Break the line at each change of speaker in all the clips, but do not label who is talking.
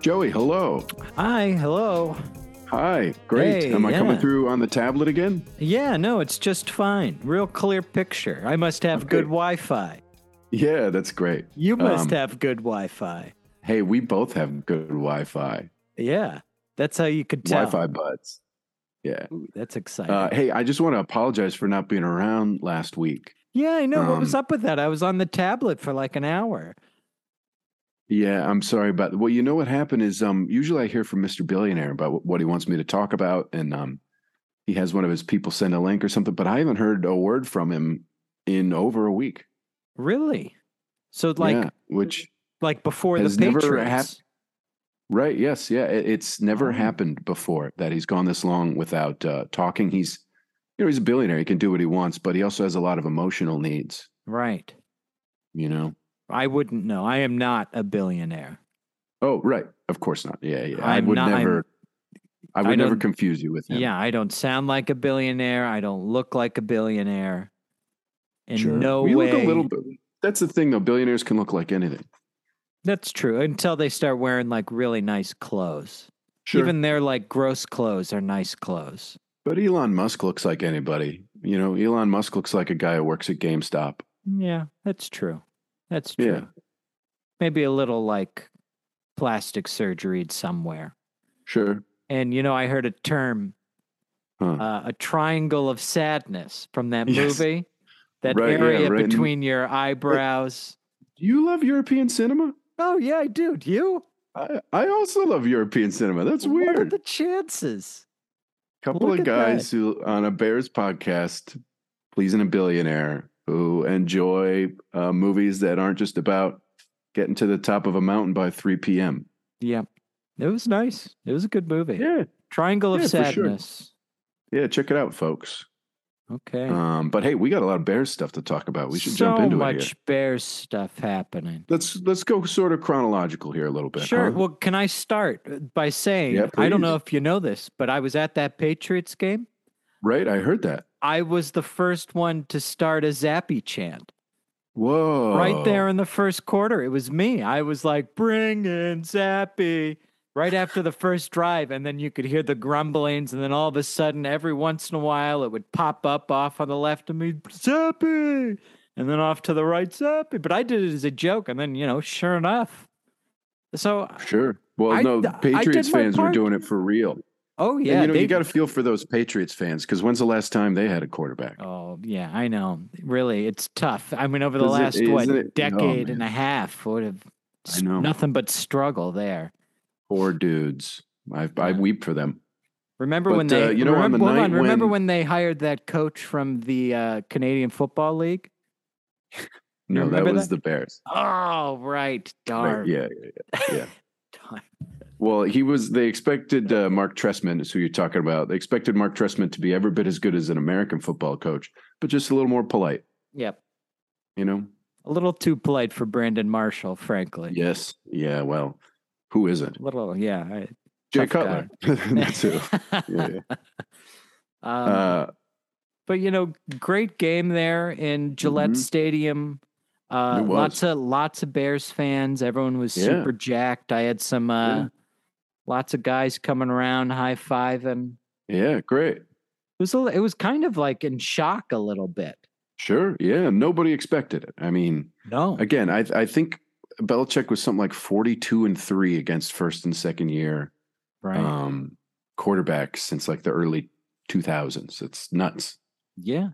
Joey, hello.
Hi, hello.
Hi. Great.
Hey,
Am I coming
yeah.
through on the tablet again?
Yeah, no, it's just fine. Real clear picture. I must have good
Okay.
Wi Fi.
Yeah, that's great.
You
Um,
must have good Wi Fi.
Hey, we both have good Wi-Fi.
Yeah, that's how you could tell. Oh,
Wi-Fi buds. Yeah.
Ooh, that's exciting.
Uh, hey, I just want to apologize for not being around last week.
yeah, I know. what was
um,
up with that? I was on the tablet for like an hour.
Yeah, I'm sorry about. Well, you know what happened is, um, usually I hear from Mr. Billionaire about wh- what he wants me to talk about, and um, he has one of his people send a link or something, but I haven't heard a word from him in over a week.
Really? So like
yeah, which
like before
Has
the
never
Patriots.
Right. Yes. Yeah. It, it's never
Oh.
happened before that he's gone this long without uh, talking. He's, you know, he's a billionaire. He can do what he wants, but he also has a lot of emotional needs.
right.
You know.
I wouldn't know. I am not a billionaire.
Oh, right. Of course not. Yeah. Yeah. i
I'm
would
not- I'm-
never. i
I
would never
don't-
confuse you with him.
Yeah, I don't sound like a billionaire. I don't look like a billionaire. In
Sure.
no
we
way.
Look a little bit. That's the thing, though. Billionaires can look like anything.
That's true. Until they start wearing like really nice clothes.
Sure.
Even their like gross clothes are nice clothes.
but Elon Musk looks like anybody. You know, Elon Musk looks like a guy who works at GameStop.
Yeah, that's true. That's true.
Yeah.
Maybe a little like plastic surgery somewhere.
Sure.
And you know, I heard a term,
Huh.
uh, a triangle of sadness from that
Yes.
movie. That
Right, yeah,
area
right in-
between your eyebrows.
Do you love European cinema?
Oh yeah, I do. Do you?
I, I also love European cinema. That's
What are
weird.
the chances?
couple of
Look at that.
guys who on a Bears podcast, pleasing a billionaire, who enjoy uh, movies that aren't just about getting to the top of a mountain by 3 p.m.
Yeah. It was nice. It was a good movie.
Yeah,
Triangle of
Yeah, for sure.
sadness.
yeah, check it out, folks.
Okay.
Um, but hey, we got a lot of Bears stuff to talk about. We should
so
jump into
much
it. Here.
Bears stuff happening.
Let's let's go sort of chronological here a little bit.
Sure.
huh?
Well, can I start by saying
Yeah,
I don't know
please.
if you know this, but I was at that Patriots game.
Right, I heard that.
I was the first one to start a Zappy chant
Whoa!
right there in the first quarter. It was me. I was like, "Bring in Zappy!" Right after the first drive, and then you could hear the grumblings, and then all of a sudden, every once in a while, it would pop up off on the left of me, Zappy, and then off to the right, Zappy. But I did it as a joke, and then you know, sure enough. So
Sure. Well,
I-
no,
I did
Patriots
my
fans were
part.
doing it for real.
Oh
And,
yeah,
you know,
they-
you got to feel for those Patriots fans because when's the last time they had a quarterback?
Oh yeah, I know. Really, it's tough. I mean, over the
Is it-
last what
isn't it- oh,
decade
man.
and a half, would have s-
know.
nothing but struggle there.
Poor dudes. I, I
Yeah.
weep for them.
Remember when
But,
they?
uh, you know, on
remember,
the
hold
night
on, remember
when-
when they hired that coach from the uh, Canadian Football League? You
No, that
remember
was
that?
the Bears.
Oh right, darn.
Right, yeah, yeah.
Darn.
Well, he was. They expected uh, Mark Tressman, is who you're talking about. They expected Mark Tressman to be every bit as good as an American football coach, but just a little more polite.
Yep,
You know.
a little too polite for Brandon Marshall, frankly.
Yes. Yeah. Well, who isn't?
A little, yeah. I,
Jay
Tough
Cutler. That's who. Yeah.
um,
Uh,
but you know, great game there in Gillette
Mhm.
Stadium. Uh,
It was.
lots of lots of Bears fans. Everyone was
Yeah.
super jacked. I had some uh,
Yeah.
lots of guys coming around, high fiving. It
yeah. Great.
was a, li- it was kind of like in shock a little bit.
Sure. Yeah. Nobody expected it. I mean,
No,
Again, I I think Belichick was something like forty-two and three against first and second year
right?
um, quarterbacks since like the early two thousands. It's nuts.
yeah,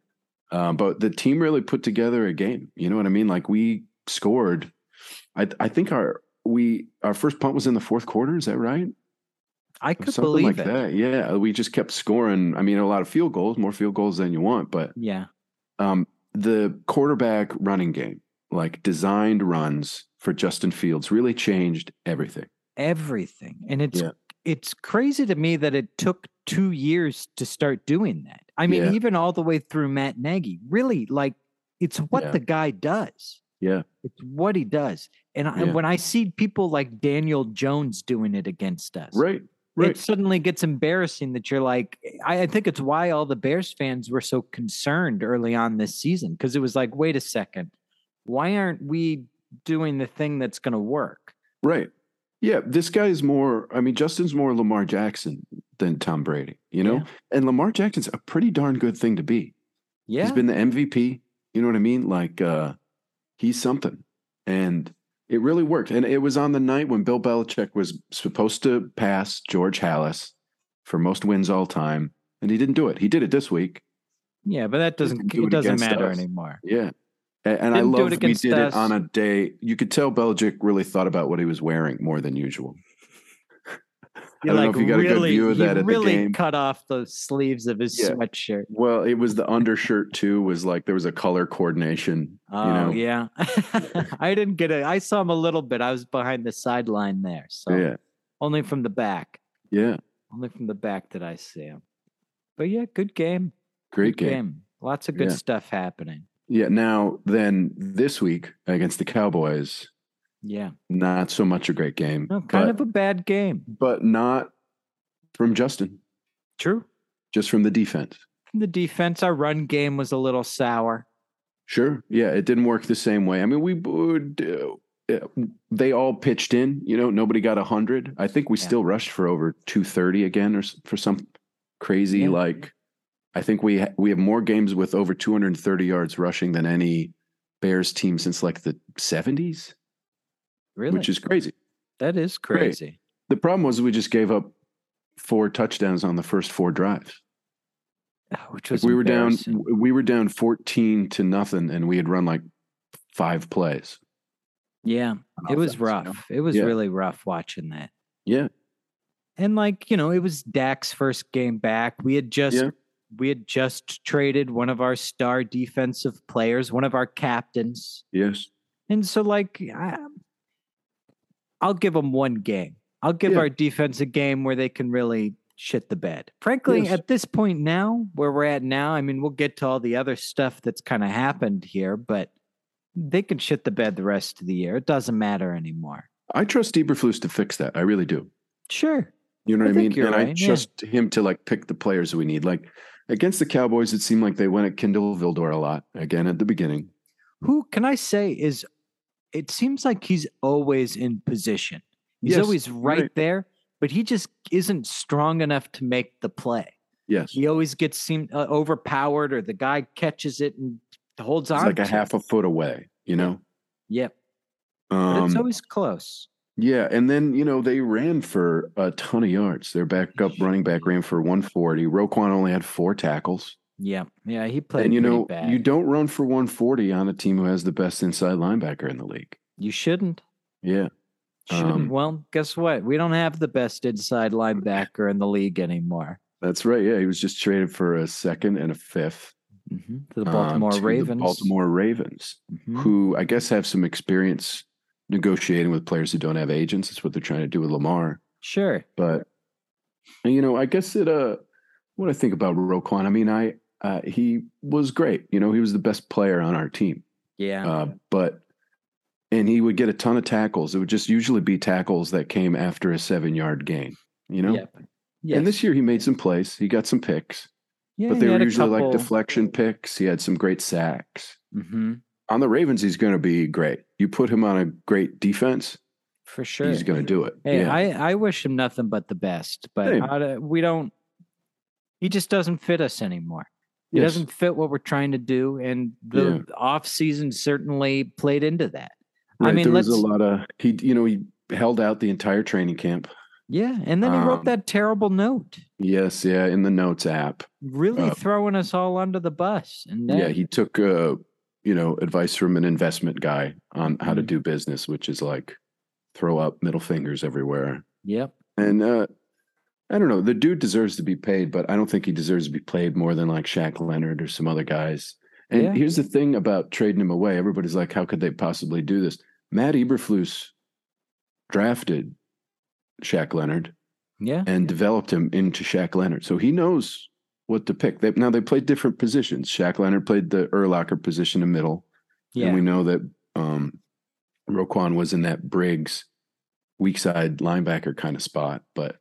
Um, but the team really put together a game. You know what I mean? Like we scored. I I think our we our first punt was in the fourth quarter. Is that right?
I could
Something
believe
like
it.
that. Yeah, we just kept scoring. I mean, a lot of field goals, more field goals than you want, but
Yeah,
um, the quarterback running game, like designed runs for Justin Fields, really changed everything.
everything, and it's
Yeah.
it's crazy to me that it took two years to start doing that. I mean,
Yeah.
even all the way through Matt Nagy. Really, like it's what
Yeah.
the guy does.
Yeah,
It's what he does. And I,
Yeah.
when I see people like Daniel Jones doing it against us,
right, right.
it suddenly gets embarrassing that you're like, I, I think it's why all the Bears fans were so concerned early on this season because it was like, wait a second, why aren't we doing the thing that's going to work?
right. Yeah, this guy is more. I mean, Justin's more Lamar Jackson than Tom Brady. You know,
Yeah.
and Lamar Jackson's a pretty darn good thing to be.
Yeah.
He's been the MVP. You know what I mean? Like uh he's something. And it really worked. And it was on the night when Bill Belichick was supposed to pass George Hallis for most wins all time. And he didn't do it. He did it this week.
yeah, but that doesn't
Didn't do
it
it
doesn't
against
matter
us.
anymore.
Yeah. A- And, I
Didn't do it
love we
against
did
us.
it on a day. You could tell Belichick really thought about what he was wearing more than usual.
You're
don't know
like
if you got a good
really,
view of
he
that at the
really
game.
cut off the sleeves of his
Yeah.
sweatshirt.
Well, it was the undershirt too. Was like there was a color coordination.
Oh
you know,
yeah, I didn't get it. I saw him a little bit. I was behind the sideline there, so
yeah,
only from the back,
yeah.
only from the back did I see him. But yeah, good game.
Great
Good
game.
Lots of good
Yeah.
stuff happening.
Yeah. Now, then this week against the Cowboys,
Yeah,
not so much a great game.
no, Oh, kind
but,
of a bad game.
but not from Justin,
True.
just from the defense.
The defense, our run game was a little sour.
Sure. Yeah. It didn't work the same way. I mean, we would, uh, uh, they all pitched in, you know, nobody got 100. I think we
Yeah.
still rushed for over 230 again or s- for some crazy,
Yeah.
like, I think we ha- we have more games with over 230 yards rushing than any Bears team since like the 70s,
Really,
which is crazy.
that is
great.
crazy.
The problem was we just gave up four touchdowns on the first four drives.
Oh, Which
Like
was
we were down
embarrassing.
we were down 14 to nothing and we had run like five plays.
Yeah,
on
it
offense,
was
you know?
rough. It was
Yeah.
really rough watching that.
Yeah.
And like, you know, it was Dak's first game back. We had just
Yeah.
we had just traded one of our star defensive players, one of our captains.
Yes.
And so like I, I'll give them one game. I'll give
Yeah.
our defense a game where they can really shit the bed. Frankly,
Yes.
at this point now, where we're at now, I mean, we'll get to all the other stuff that's kind of happened here, but they can shit the bed the rest of the year. It doesn't matter anymore.
I trust Eberflus to fix that. I really do.
Sure.
You know
I
what I
think
mean?
you're
And I
right, yeah.
trust him to like pick the players we need. Like against the Cowboys, it seemed like they went at Kendall Vildor a lot again at the beginning.
Who can I say is it seems like he's always in position. He's
Yes,
always right,
right.
there, but he just isn't strong enough to make the play.
Yes.
He always gets seem uh, overpowered or the guy catches it and holds
It's
on.
like a
to
half
it.
a foot away, you know?
Yep. But
Um,
it's always close.
Yeah, and then you know they ran for a ton of yards. Their backup running back ran for 140. Roquan only had four tackles,
Yeah. Yeah. He played
and you
pretty
know
bad.
you
You,
don't run for 140 on a team who has the best inside linebacker in the league.
shouldn't.
Yeah,
Shouldn't.
Um,
well, guess what? We don't have the best inside linebacker in the league anymore.
that's right. Yeah, he was just traded for a second and a fifth.
Mhm. To the
um,
Baltimore
to the
Ravens.
Baltimore Ravens,
Mhm.
who I guess have some experience negotiating with players who don't have agents. That's what they're trying to do with Lamar.
Sure.
but and, you know i guess it uh what i think about roquan i mean i uh, he was great you know he was the best player on our team
Yeah.
uh, but and he would get a ton of tackles it would just usually be tackles that came after a seven yard gain you know
Yep. Yes.
and this year he made some plays he got some picks
Yeah,
but
he
they
had
were
a
usually like
couple-
deflection picks he had some great sacks
Mhm,
on the ravens he's going to be great you put him on a great defense
for sure.
he's going to do it
Hey, I, I wish him nothing but the best, but
Same.
I don't- we don't. He just doesn't fit us anymore. He
Yes.
doesn't fit what we're trying to do, and the off season certainly played into that. I
Right,
mean,
there was a
let's-
lot of he. You know, he held out the entire training camp.
Yeah, and then he wrote
Um,
that terrible note,
Yes, yeah, in the notes app.
really
uh,
throwing us all under the bus. And
Yeah,
that-
he took uh, you know advice from an investment guy on how to
Mhm.
do business, which is like throw up middle fingers everywhere.
yep,
And uh, I don't know, the dude deserves to be paid, but I don't think he deserves to be played more than like Shaq Leonard or some other guys. And
Yeah.
here's the thing about trading him away: everybody's like, how could they possibly do this? Matt Eberflus drafted Shaq Leonard.
yeah,
and developed him into Shaq Leonard. So he knows what to pick. They, now they played different positions. Shaq Leonard played the Urlacher position in middle,
yeah.
and we know that um, Roquan was in that Briggs weak side linebacker kind of spot. But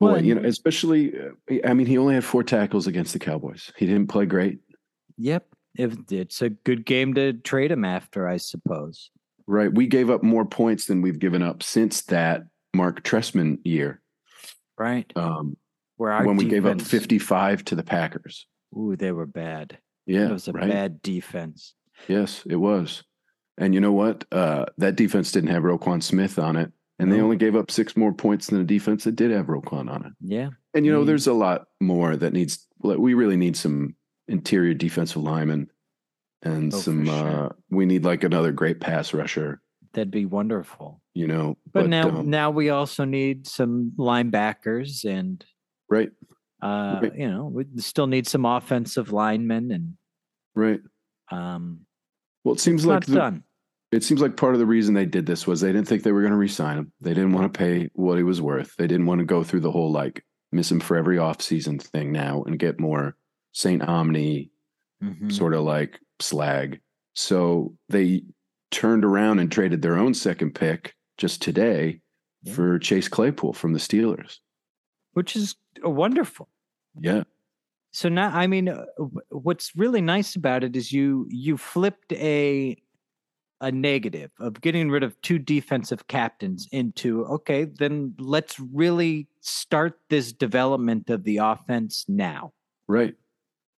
boy,
Well,
you
and-
know, especially uh, I mean, he only had four tackles against the Cowboys. He didn't play great.
yep. If it's a good game to trade him after, I suppose.
Right. We gave up more points than we've given up since that Mark Tressman year.
right?
Um,
Where our
when we gave up
defense-
55 to the Packers.
Ooh, they were bad.
Yeah.
it was a
right?
bad defense.
Yes, it was. And you know what? Uh, that defense didn't have Roquan Smith on it. And they
No.
only gave up six more points than a defense that did have Roquan on it.
Yeah,
And you know,
Mm.
there's a lot more that needs. like, We really need some interior defensive linemen, and
Oh, for
some.
sure.
Uh, we need like another great pass rusher.
that'd be wonderful.
You know,
But, now,
um,
now we also need some linebackers, and
right,
uh,
Right.
you know, we still need some offensive linemen, and
right.
um,
Well, it seems
it's
like
not
the,
done.
it seems like part of the reason they did this was they didn't think they were going to re-sign him. They didn't want to pay what he was worth. They didn't want to go through the whole like miss him for every offseason thing now and get more Saint Omni
Mhm.
sort of like slag. So they turned around and traded their own second pick just today
Yeah.
for Chase Claypool from the Steelers.
which is uh, wonderful.
Yeah.
So now, I mean, uh, w- what's really nice about it is you you flipped a a negative of getting rid of two defensive captains into okay, then let's really start this development of the offense now.
Right.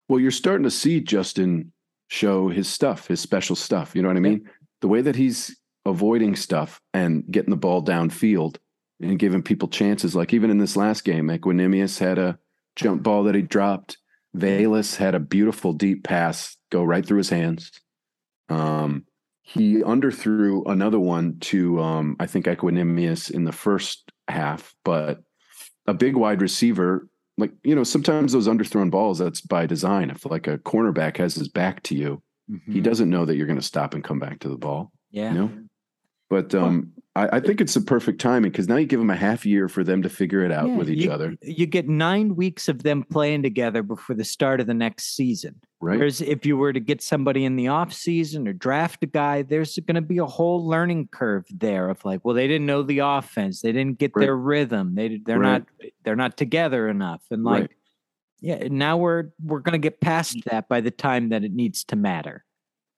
Well, you're starting to see Justin show his stuff, his special stuff. You know what I mean? The way that he's avoiding stuff and getting the ball downfield and giving people chances. Like even in this last game, Equinemius had a jump ball that he dropped. Valus had a beautiful deep pass go right through his hands. Um, he underthrew another one to um, I think Equinemius in the first half, but a big wide receiver like you know sometimes those underthrown balls that's by design if like a cornerback has his back to you he
Mhm.
doesn't know that you're going to stop and come back to the ball
yeah,
you know but um I, I think it's the perfect timing because now you give them a half year for them to figure it out
Yeah,
with each
you-
other
You get nine weeks of them playing together before the start of the next season.
right
Whereas if you were to get somebody in the off season or draft a guy, there's going to be a whole learning curve there of like, well, they didn't know the offense, they didn't get
Right.
their rhythm, they they're
Right.
not they're not together enough, and like,
Right.
yeah, now we're we're going to get past that by the time that it needs to matter.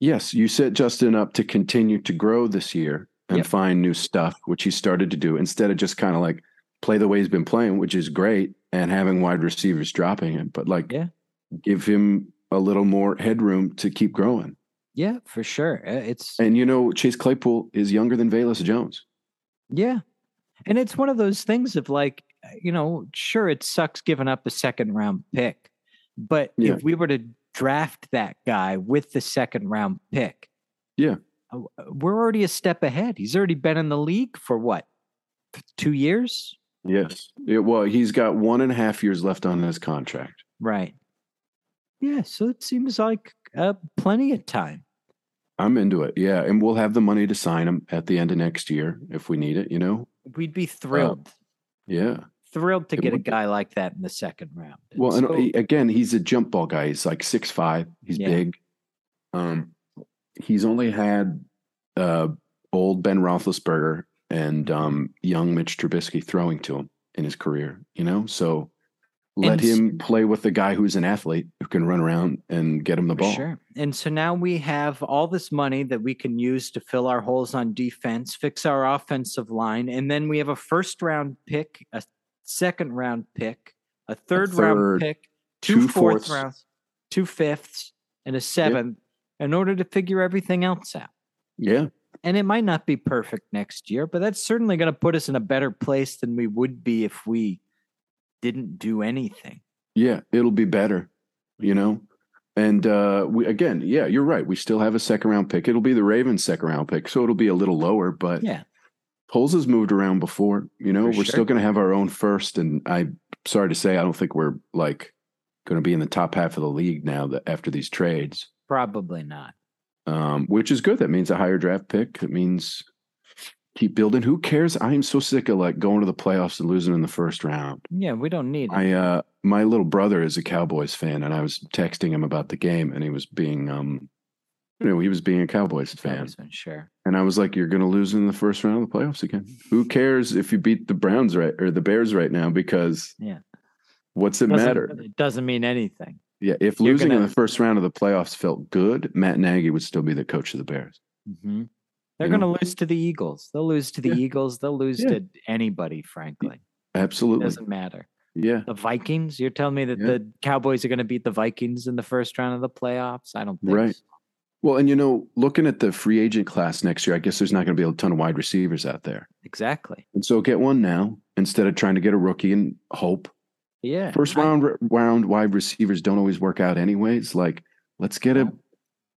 Yes, you set Justin up to continue to grow this year and
Yep.
find new stuff, which he started to do instead of just kind of like play the way he's been playing, which is great, and having wide receivers dropping him, but like
Yeah.
give him a little more headroom to keep growing.
Yeah, for sure. Uh, It's
And you know, Chase Claypool is younger than Valus Jones.
Yeah. And it's one of those things of like, uh, you know, sure, it sucks giving up a second round pick, but
Yeah.
if we were to draft that guy with the second round pick,
Yeah.
uh, uh, we're already a step ahead. He's already been in the league for what, th- two years?
Yes. Yeah, well, he's got one and a half years left on his contract.
Right. Yeah. So it seems like uh, plenty of time.
I'm into it. Yeah. And we'll have the money to sign him at the end of next year if we need it, you know?
We'd be thrilled,
Yeah.
thrilled to
it
get a
would be-
guy like that in the second round. And
Well, and
so-
he- again, he's a jump ball guy. He's like six five. He's
Yeah.
big. Um, he's only had uh, old Ben Roethlisberger and um, young Mitch Trubisky throwing to him in his career. You know, so let
And s-
him play with the guy who's an athlete who can run around and get him the
For
ball.
Sure. And so now we have all this money that we can use to fill our holes on defense, fix our offensive line, and then we have a first round pick, a second round pick, a third,
third,
round pick, two
two
fourth
fourths.
rounds, two fifths, and a seventh in order to figure everything else out.
Yeah,
And it might not be perfect next year, but that's certainly going to put us in a better place than we would be if we didn't do anything.
yeah, it'll be better. You know. And uh, we again, yeah, you're right. We still have a second round pick. It'll be the Ravens' second round pick, so it'll be a little lower. But
Yeah.
polls has moved around before. You know,
For
we're
sure.
still going to have our own first, and I'm sorry to say, I don't think we're like going to be in the top half of the league now that after these trades,
Probably not.
um, which is good. That means a higher draft pick. It means keep building. Who cares? I am so sick of like going to the playoffs and losing in the first round.
Yeah, we don't need it.
I uh my little brother is a Cowboys fan and I was texting him about the game and he was being um you know, he was being a Cowboys fan.
Cowboys win, Sure.
And I was like, "You're going to lose in the first round of the playoffs again. Who cares if you beat the Browns right or the Bears right now? Because
Yeah.
what's it
doesn't-
matter?
It doesn't mean anything.
Yeah, if
You're
losing in
gonna-
the first round of the playoffs felt good, Matt Nagy would still be the coach of the Bears.
Mhm. They're
You know?
going to lose to the Eagles. They'll lose to the
Yeah.
Eagles. They'll lose
Yeah.
to anybody, frankly. It
Absolutely.
doesn't matter.
yeah.
The Vikings, you're telling me that
Yeah.
the Cowboys are going to beat the Vikings in the first round of the playoffs? I don't think
Right.
so.
Well, and you know, looking at the free agent class next year, I guess there's not going to be a ton of wide receivers out there.
Exactly.
And so get one now instead of trying to get a rookie and hope.
Yeah.
First
I-
round round wide receivers don't always work out anyways. Like, let's get a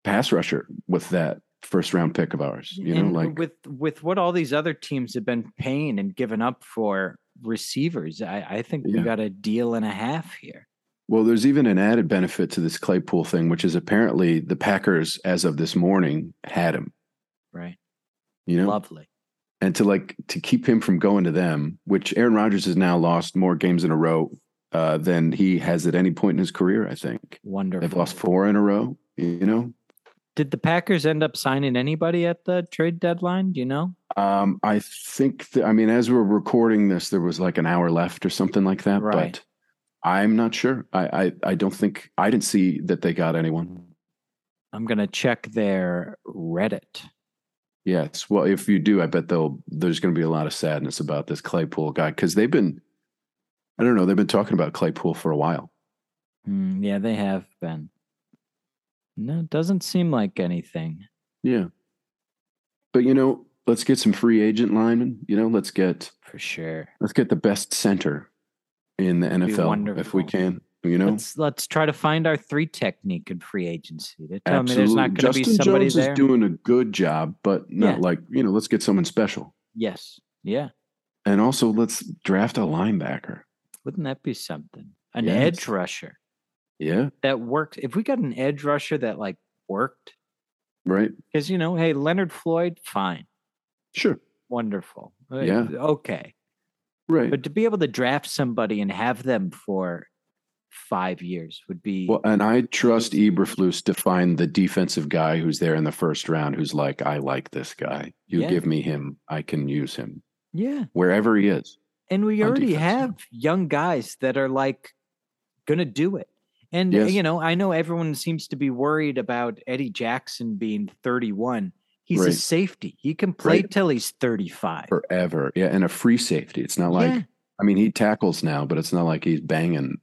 pass rusher with that first round pick of ours. You know,
and
like
with with what all these other teams have been paying and giving up for receivers, I, I think we
Yeah.
got a deal and a half here.
Well, there's even an added benefit to this Claypool thing, which is apparently the Packers, as of this morning, had him.
Right.
You know,
Lovely.
and to like to keep him from going to them, which Aaron Rodgers has now lost more games in a row uh, than he has at any point in his career. I think
Wonderful.
they've lost four in a row. You know,
Did the Packers end up signing anybody at the trade deadline? Do you know?
um, I think that I mean, as we're recording this, there was like an hour left or something like that.
Right.
But I'm not sure. I, I I don't think I didn't see that they got anyone.
I'm gonna check their Reddit.
Yes. Well, if you do, I bet they'll there's going to be a lot of sadness about this Claypool guy because they've been, I don't know, they've been talking about Claypool for a while.
Hmm, yeah, they have been. No, it doesn't seem like anything.
Yeah. But you know, let's get some free agent linemen. You know, let's get
For sure.
let's get the best center in the NFL if
wonderful.
we can. You know,
Let's let's try to find our three technique in free agency. They're telling me Um, there's not going to
Justin
be somebody
Jones
there.
is doing a good job, but not
Yeah.
like you know. Let's get someone special,
yes. Yeah.
and also let's draft a linebacker.
Wouldn't that be something? An
Yes.
edge rusher
Yeah.
that worked. If we got an edge rusher that like worked,
Right.
because you know, hey, Leonard Floyd, fine,
Sure.
wonderful, Uh,
Yeah.
okay,
Right.
but to be able to draft somebody and have them for five years would be
Well, and I trust Eberflus to find the defensive guy who's there in the first round who's like, I like this guy. You
Yeah.
give me him, I can use him
yeah.
wherever he is.
And we
on
already
defense, yeah.
have young guys that are like gonna do it. And uh,
Yes.
you know, I know everyone seems to be worried about Eddie Jackson being 31. He's a
Right.
safety. He can play
Right.
till he's 35.
Forever. Yeah. And a free safety. It's not like,
yeah.
I mean, he tackles now, but it's not like he's banging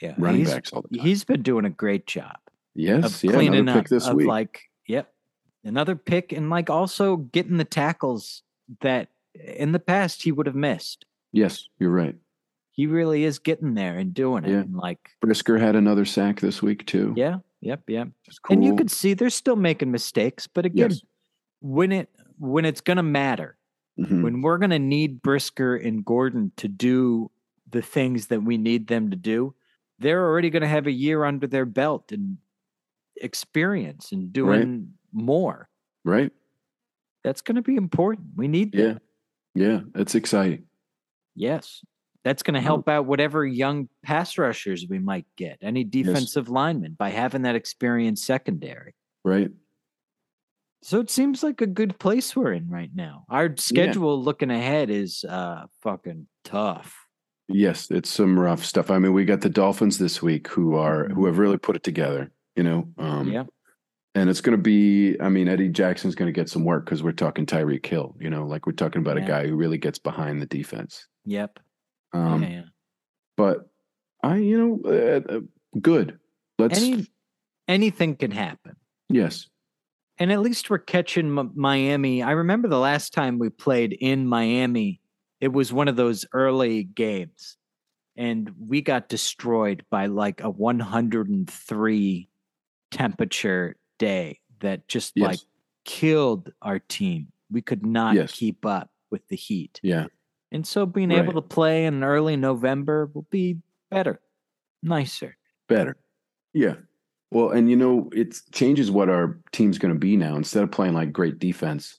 yeah.
running
Uh, he's,
backs all the time.
He's been doing a great job
Yes.
of
Yeah.
cleaning
Another
up
pick this
of
week.
like, yep, another pick and like also getting the tackles that in the past he would have missed.
yes. You're right.
He really is getting there and doing it.
Yeah.
And like,
Brisker had another sack this week, too.
yeah, yep, yep.
It's cool.
and you could see they're still making mistakes but again
Yes.
when it when it's going to matter
Mhm.
when we're going to need brisker and gordon to do the things that we need them to do they're already going to have a year under their belt and experience and doing more
Right.
that's going to be important we need
Yeah.
that
Yeah. It's exciting.
yes that's going to
Mm-hmm.
help out whatever young pass rushers we might get any defensive lineman by having that experience secondary
Right.
So it seems like a good place we're in right now. Our schedule looking ahead is uh fucking tough.
Yes, it's some rough stuff. I mean, we got the Dolphins this week who are who have really put it together, you know. Um
yeah.
and it's going to be I mean, Eddie Jackson's going to get some work cuz we're talking Tyreek Hill, you know, like we're talking about
Yeah.
a guy who really gets behind the defense.
Yep.
Um
yeah, yeah.
but I, you know, uh, uh, good. Let's
Any anything can happen.
Yes.
And at least we're catching M- Miami. I remember the last time we played in Miami, it was one of those early games and we got destroyed by like a 103 temperature day that just
Yes.
like killed our team. We could not
Yes.
keep up with the heat.
yeah.
And so being able
Right.
to play in early November will be better, nicer.
Better. Yeah. Well, and you know, it changes what our team's going to be now. Instead of playing like great defense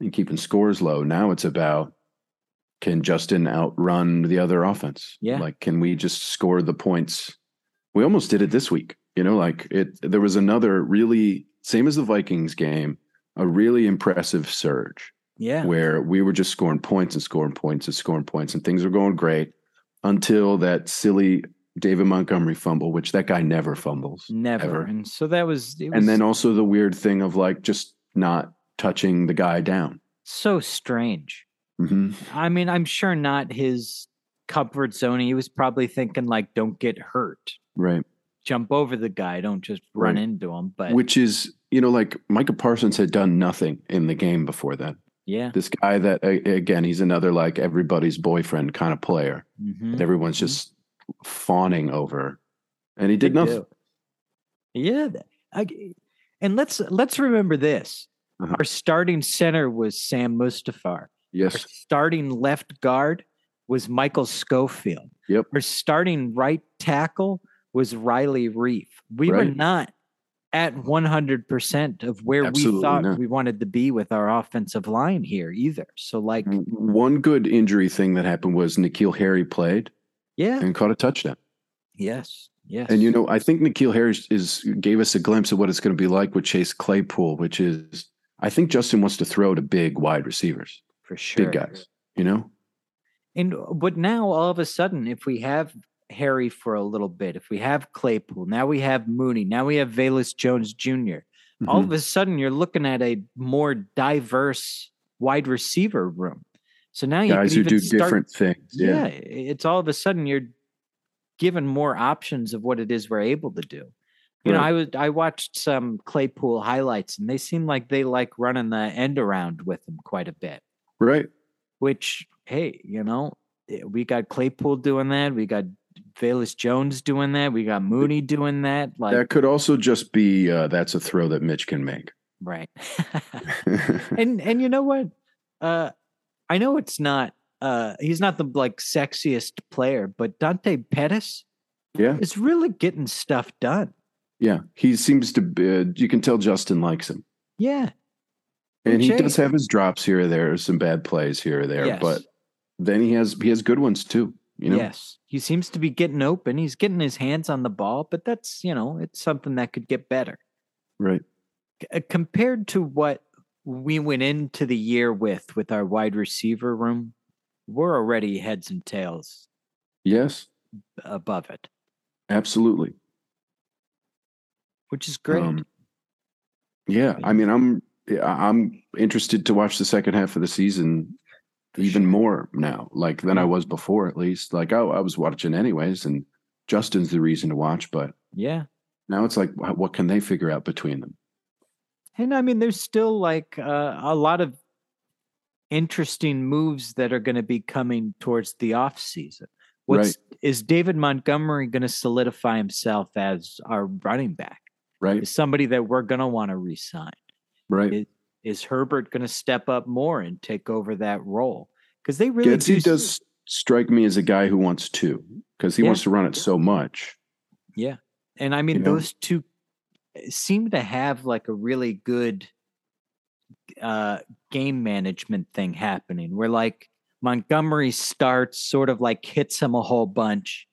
and keeping scores low, now it's about can Justin outrun the other offense?
Yeah.
Like, can we just score the points? We almost did it this week. You know, like it, there was another really, same as the Vikings game, a really impressive surge
Yeah.
where we were just scoring points and scoring points and scoring points and things were going great until that silly David Montgomery fumble, which that guy never fumbles.
Never.
ever.
And so that Mm, was, it was
And then also the weird thing of like just not touching the guy down.
So strange.
hmm
I mean, I'm sure not his comfort zone. He was probably thinking like, don't get hurt,
Right.
jump over the guy, don't just run
Right.
into him. But
Which is, you know, like Micah Parsons had done nothing in the game before that.
yeah,
This guy that, a- again, he's another like everybody's boyfriend kind of player
mhm.
that everyone's just fawning over. And he did
They
nothing.
do. Yeah, th- I g- and let's let's remember this.
Uh-huh.
Our starting center was Sam Mustafar. Our
Yes.
starting left guard was Michael Schofield.
Yep.
Our starting right tackle was Riley Reef. We were
Right.
not at 100% of where we
Absolutely
thought
not.
we wanted to be with our offensive line here either. So like,
W- One good injury thing that happened was Nikhil Harry played
yeah,
and caught a touchdown.
yes, yes.
And you know, I think Nikhil Harris is gave us a glimpse of what it's going to be like with Chase Claypool, which is I think Justin wants to throw to big wide receivers,
for sure.
big guys. You know,
And uh, but now all of a sudden, if we have Harry for a little bit, if we have Claypool, now we have Mooney, now we have Valus Jones junior All
Mhm.
of a sudden, you're looking at a more diverse wide receiver room. So now you
guys who
can even
do
start,
different things.
Yeah.
Yeah.
i- it's all of a sudden you're given more options of what it is we're able to do. You know,
Right.
I was I watched some Claypool highlights, and they seem like they like running the end around with him quite a bit
right.
which hey, you know, eh, we got Claypool doing that, we got Valus Jones doing that, we got Mooney doing that, like
that could also just be uh, that's a throw that Mitch can make.
right. and and you know what? Uh I know it's not uh he's not the like sexiest player, but Dante Pettis
yeah,
is really getting stuff done.
yeah. He seems to. Be, uh, you can tell Justin likes him,
Yeah.
and he does
Chase-
have his drops here or there, some bad plays here or there,
Yes.
but then he has he has good ones too. You know,
Yes. He seems to be getting open. He's getting his hands on the ball, but that's, you know, it's something that could get better.
right?
c- uh, compared to what we went into the year with with our wide receiver room we're already heads and tails
Yes,
above it
absolutely.
which is great
Um, yeah,
Great.
I mean, I'm yeah, I'm interested to watch the second half of the season even more now, like than I was before, at least. Like oh, I, I was watching anyways, and Justin's the reason to watch, but
yeah
now it's like, wh- what can they figure out between them?
and i mean there's still like uh, a lot of interesting moves that are going to be coming towards the off season what's is david montgomery going to solidify himself as our running back
Right,
is somebody that we're going to want to resign
right.
it is Herbert going to step up more and take over that role? Because they really do
Getsy
s-
does strike me as a guy who wants to, because he
Yeah.
wants to run it so much.
and I mean
you know?
those two eh, seem to have like a really good uh, game management thing happening. Where like Montgomery starts, sort of like hits him a whole bunch,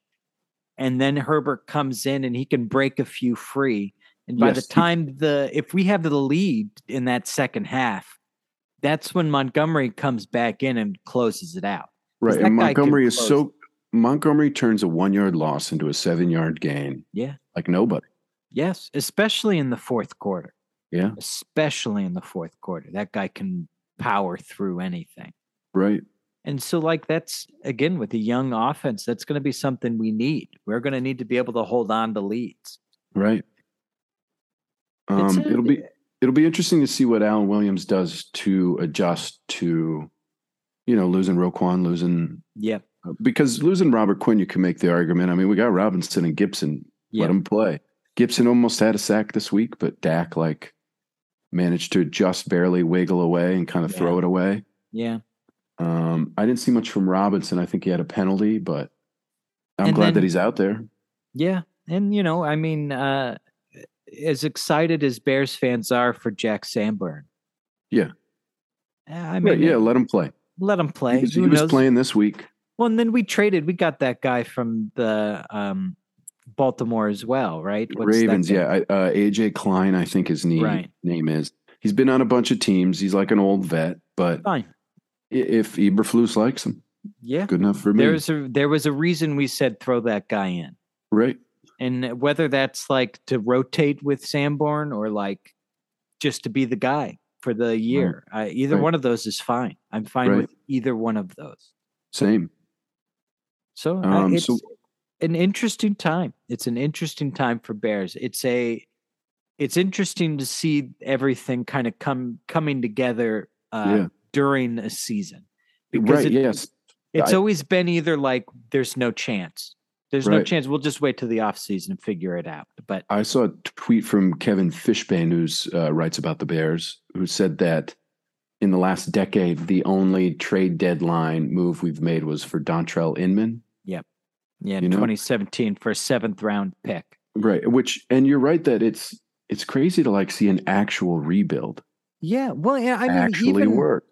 and then Herbert comes in and he can break a few free. And by
Yes,
the
he-
time the if we have the lead in that second half, that's when Montgomery comes back in and closes it out.
Right,
that
and
guy can
Montgomery is
close.
so Montgomery turns a one yard loss into a seven yard gain.
Yeah.
like nobody.
Yes, especially in the fourth quarter.
Yeah.
Especially in the fourth quarter. That guy can power through anything.
Right,
And so, like, that's again with a young offense, that's going to be something we need. We're going to need to be able to hold on to leads.
right.
It's
Um,
a-
it'll be it'll be interesting to see what Alan Williams does to adjust to, you know, losing Roquan, losing
Yeah.
because losing Robert Quinn, you can make the argument. I mean, we got Robinson and Gibson.
Yeah.
Let them play. Gibson almost had a sack this week, but Dak like managed to just barely wiggle away and kind of
Yeah.
throw it away.
Yeah.
Um, I didn't see much from Robinson. I think he had a penalty, but I'm
And
glad that
then-
he's out there.
Yeah. And, you know, I mean, uh, as excited as Bears fans are for Jack Sanborn.
Yeah.
Uh, I mean,
Right, yeah, let him play.
let him play.
He was,
Who
he was
knows?
playing this week.
Well, and then we traded. We got that guy from the um, Baltimore as well, right? What's that
Ravens,
guy?
yeah. I, uh, AJ Klein, I think his knee,
Right.
name is. He's been on a bunch of teams. He's like an old vet, but i-
Fine.
if Eberflus likes him,
Yeah.
good enough for me.
There's a there was a reason we said throw that guy in,
right?
and whether that's like to rotate with Sanborn or like just to be the guy. for the year. I, either
Right.
one of those is fine. I'm fine
Right.
with either one of those.
Same.
So uh,
Um,
it's
so-
an interesting time. It's an interesting time for Bears. It's a it's interesting to see everything kind of come coming together uh,
Yeah.
during a season
Right.
it-
yes.
It's
I-
always been either like there's no chance. There's no
Right.
chance. We'll just wait till the off season and figure it out. But
I saw a tweet from Kevin Fishbane, who's uh, writes about the Bears, who said that in the last decade, the only trade deadline move we've made was for Dontrell Inman.
yeah, in
You know?
2017 for a seventh round pick.
Right. Which, and you're right that it's it's crazy to like see an actual rebuild
Yeah. Well, yeah, I mean,
actually
even,
work.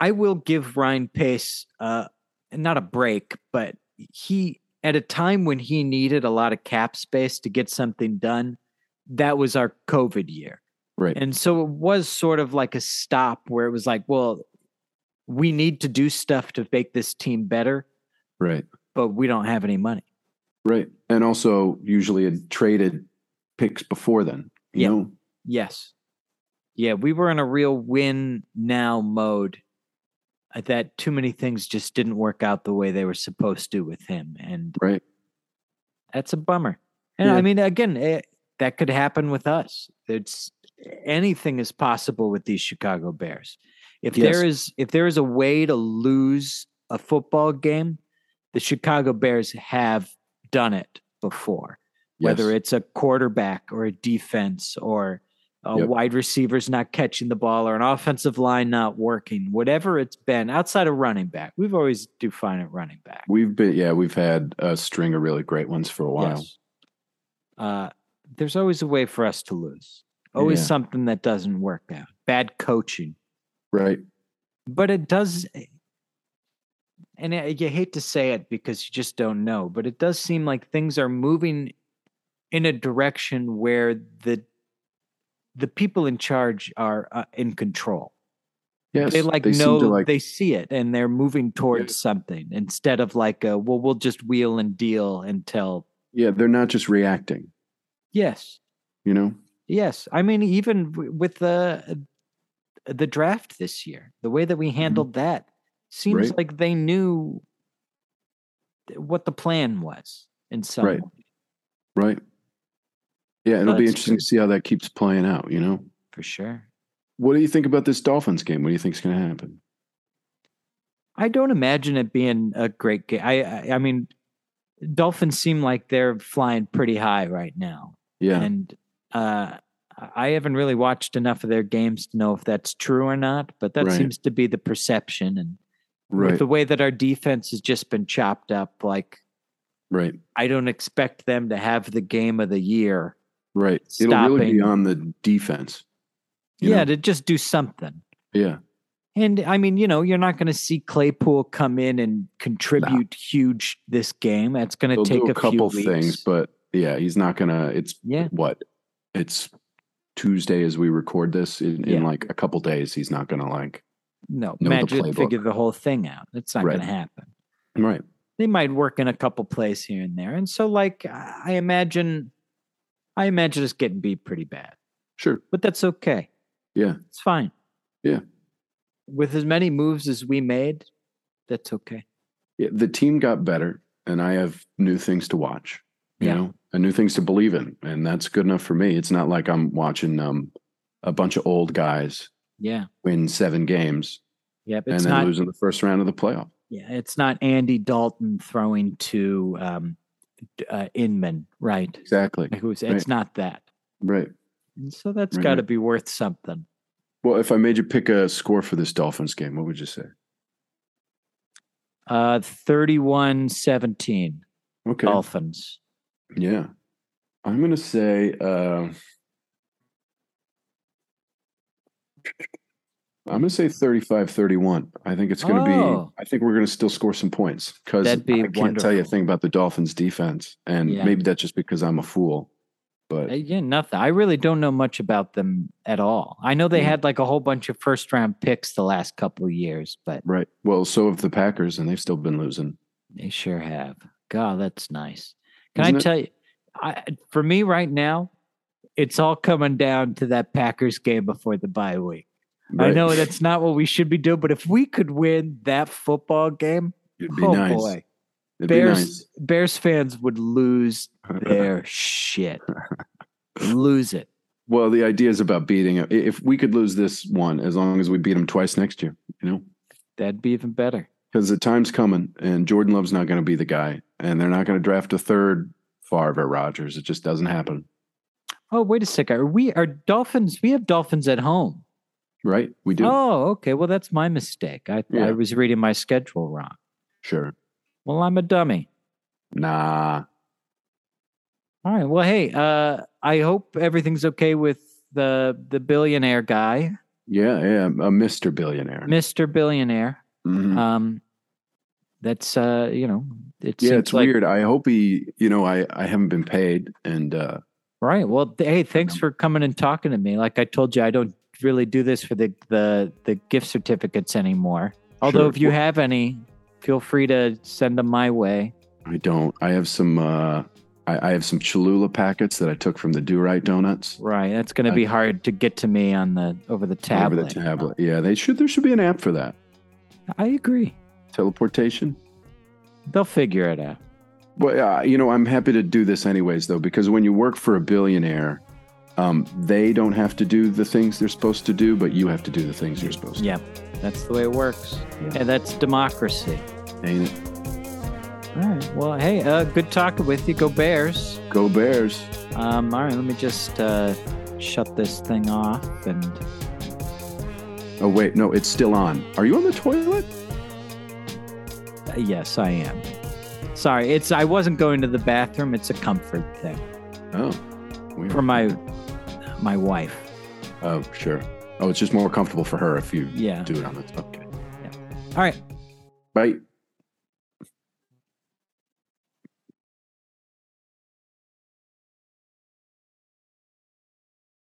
I will give Ryan Pace uh not a break, but he at a time when he needed a lot of cap space to get something done, that was our COVID year.
Right.
And so it was sort of like a stop where it was like, well, we need to do stuff to make this team better,
right.
but we don't have any money.
Right. And also, usually had traded picks before then. You
Yeah.
know?
Yes. Yeah, we were in a real win now mode. uh, That too many things just didn't work out the way they were supposed to with him, and
Right.
that's a bummer. And I
Yeah.
mean, again, eh, that could happen with us. It's anything is possible with these Chicago Bears. If there is if there is a way to lose a football game, the Chicago Bears have done it before whether
Yes.
it's a quarterback or a defense or a
Yep.
wide receiver's not catching the ball or an offensive line not working, whatever it's been, outside of running back, we've always do fine at running back.
We've been, yeah, we've had a string of really great ones for a while.
Yes. Uh, there's always a way for us to lose. Always
Yeah.
something that doesn't work out. Bad coaching,
Right.
but it does. And I- you hate to say it because you just don't know, but it does seem like things are moving in a direction where the the people in charge are uh, in control.
Yes.
they like
seem
know
to like,
they see it and they're moving towards something instead of like a, well, we'll just wheel and deal until
yeah, they're not just reacting,
yes,
you know?
Yes, I mean even w- with the uh, the draft this year, the way that we handled that seems
Mm-hmm. Right.
like they knew th- what the plan was in some
Right.
way,
Right. Yeah, it'll be
That's
interesting
true.
to see how that keeps playing out, you know?
for sure.
What do you think about this Dolphins game? What do you think's going to happen?
I don't imagine it being a great game. I I, I mean, Dolphins seem like they're flying pretty high right now,
Yeah.
and uh, I I haven't really watched enough of their games to know if that's true or not. But that
Right.
seems to be the perception, and
right.
with the way that our defense has just been chopped up, like
right.
I don't expect them to have the game of the year.
Right. It'll really be
stopping-
on the defense. you know?
yeah, to just do something.
Yeah.
And I mean, you know, you're not going to see Claypool come in and contribute huge this game. That's going
He'll
to take
do a,
a,
couple
few
things,
weeks.
but yeah, he's not going to. It's
Yeah.
what? It's Tuesday as we record this. In, in
Yeah.
like a couple days, he's not going to like.
no,
the
Magic
playbook.
figure the whole thing out. It's not
Right.
going to happen.
Right.
They might work in a couple plays here and there. And so, like, I I imagine, I imagine us getting beat pretty bad.
Sure.
but that's okay.
Yeah.
It's fine.
Yeah.
With as many moves as we made, that's okay.
Yeah, the team got better, and I have new things to watch. You
Yeah.
know, and new things to believe in, and that's good enough for me. It's not like I'm watching um a bunch of old guys
Yeah.
win seven games
Yep.
and
It's
then
not
losing the first round of the playoff.
yeah, it's not Andy Dalton throwing to um d- uh, Inman, right?
Exactly.
Like, it was-
Right.
It's not that.
Right.
And so that's
Right,
got to
right.
be worth something.
Well, if I made you pick a score for this Dolphins game, what would you say?
Uh 31-17
Okay.
Dolphins.
Yeah. I'm going to say uh, I'm going to say 35-31. I think it's going to
Oh.
be I think we're going to still score some points cuz I
That'd be
can't tell you a
wonderful.
thing about the Dolphins defense and
Yeah.
maybe that's just because I'm a fool. But
Uh, Yeah, nothing. I really don't know much about them at all. I know they
Yeah.
had like a whole bunch of first round picks the last couple of years, but
right. Well, so have the Packers and they've still been losing.
They sure have. God, that's nice. Can
Isn't
I
it?
tell you? I for me right now, it's all coming down to that Packers game before the bye week. I
Right.
know that's not what we should be doing, but if we could win that football game,
It'd be
oh
nice.
boy,
It'd
Bears
be nice.
Bears fans would lose their shit, lose it.
Well, the idea is about beating. it. If we could lose this one, as long as we beat them twice next year, you know,
That'd be even better.
because the time's coming, and Jordan Love's not going to be the guy, and they're not going to draft a third Favre or Rogers. It just doesn't happen,
Oh, wait a second. Are we are Dolphins? We have Dolphins at home.
right? We do.
Oh, okay. Well, that's my mistake. I,
Yeah.
I was reading my schedule wrong.
Sure.
Well, I'm a dummy.
Nah.
All right. Well, hey, uh, I hope everything's okay with the the billionaire guy,
Yeah, yeah. A Mister Billionaire.
Mister Billionaire.
Mhm.
Um, that's uh, you know, it
yeah,
seems
it's
like-
weird. I hope he. You know, I I haven't been paid, and uh
Right. Well, th- hey, thanks for coming and talking to me. Like I told you, I don't really do this for the the the gift certificates anymore. Although
Sure.
if you
Well-
have any, feel free to send them my way.
I don't. I have some. uh I, I have some Cholula packets that I took from the Do Right Donuts.
Right. That's going to
I-
be hard to get to me on the over the tablet.
Over the tablet. Yeah, they should. There should be an app for that.
I agree.
Teleportation.
They'll figure it out.
Well, uh, you know, I'm happy to do this anyways, though, because when you work for a billionaire, um, they don't have to do the things they're supposed to do, but you have to do the things you're supposed to.
Yeah. That's the way it works.
Yeah.
Yeah, that's democracy.
do. Ain't it?
All right. Well, hey, uh, good talking with you. Go Bears.
Go Bears.
Um, all right. Let me just uh, shut this thing off and. uh,
Oh wait, no, it's still on. Are you on the toilet?
Uh, Yes, I am. Sorry, it's I wasn't going to the bathroom. It's a comfort thing
Oh, weird.
for my my wife.
Oh, sure. Oh, it's just more comfortable for her if you
Yeah.
do it on the. Okay.
All right.
Bye.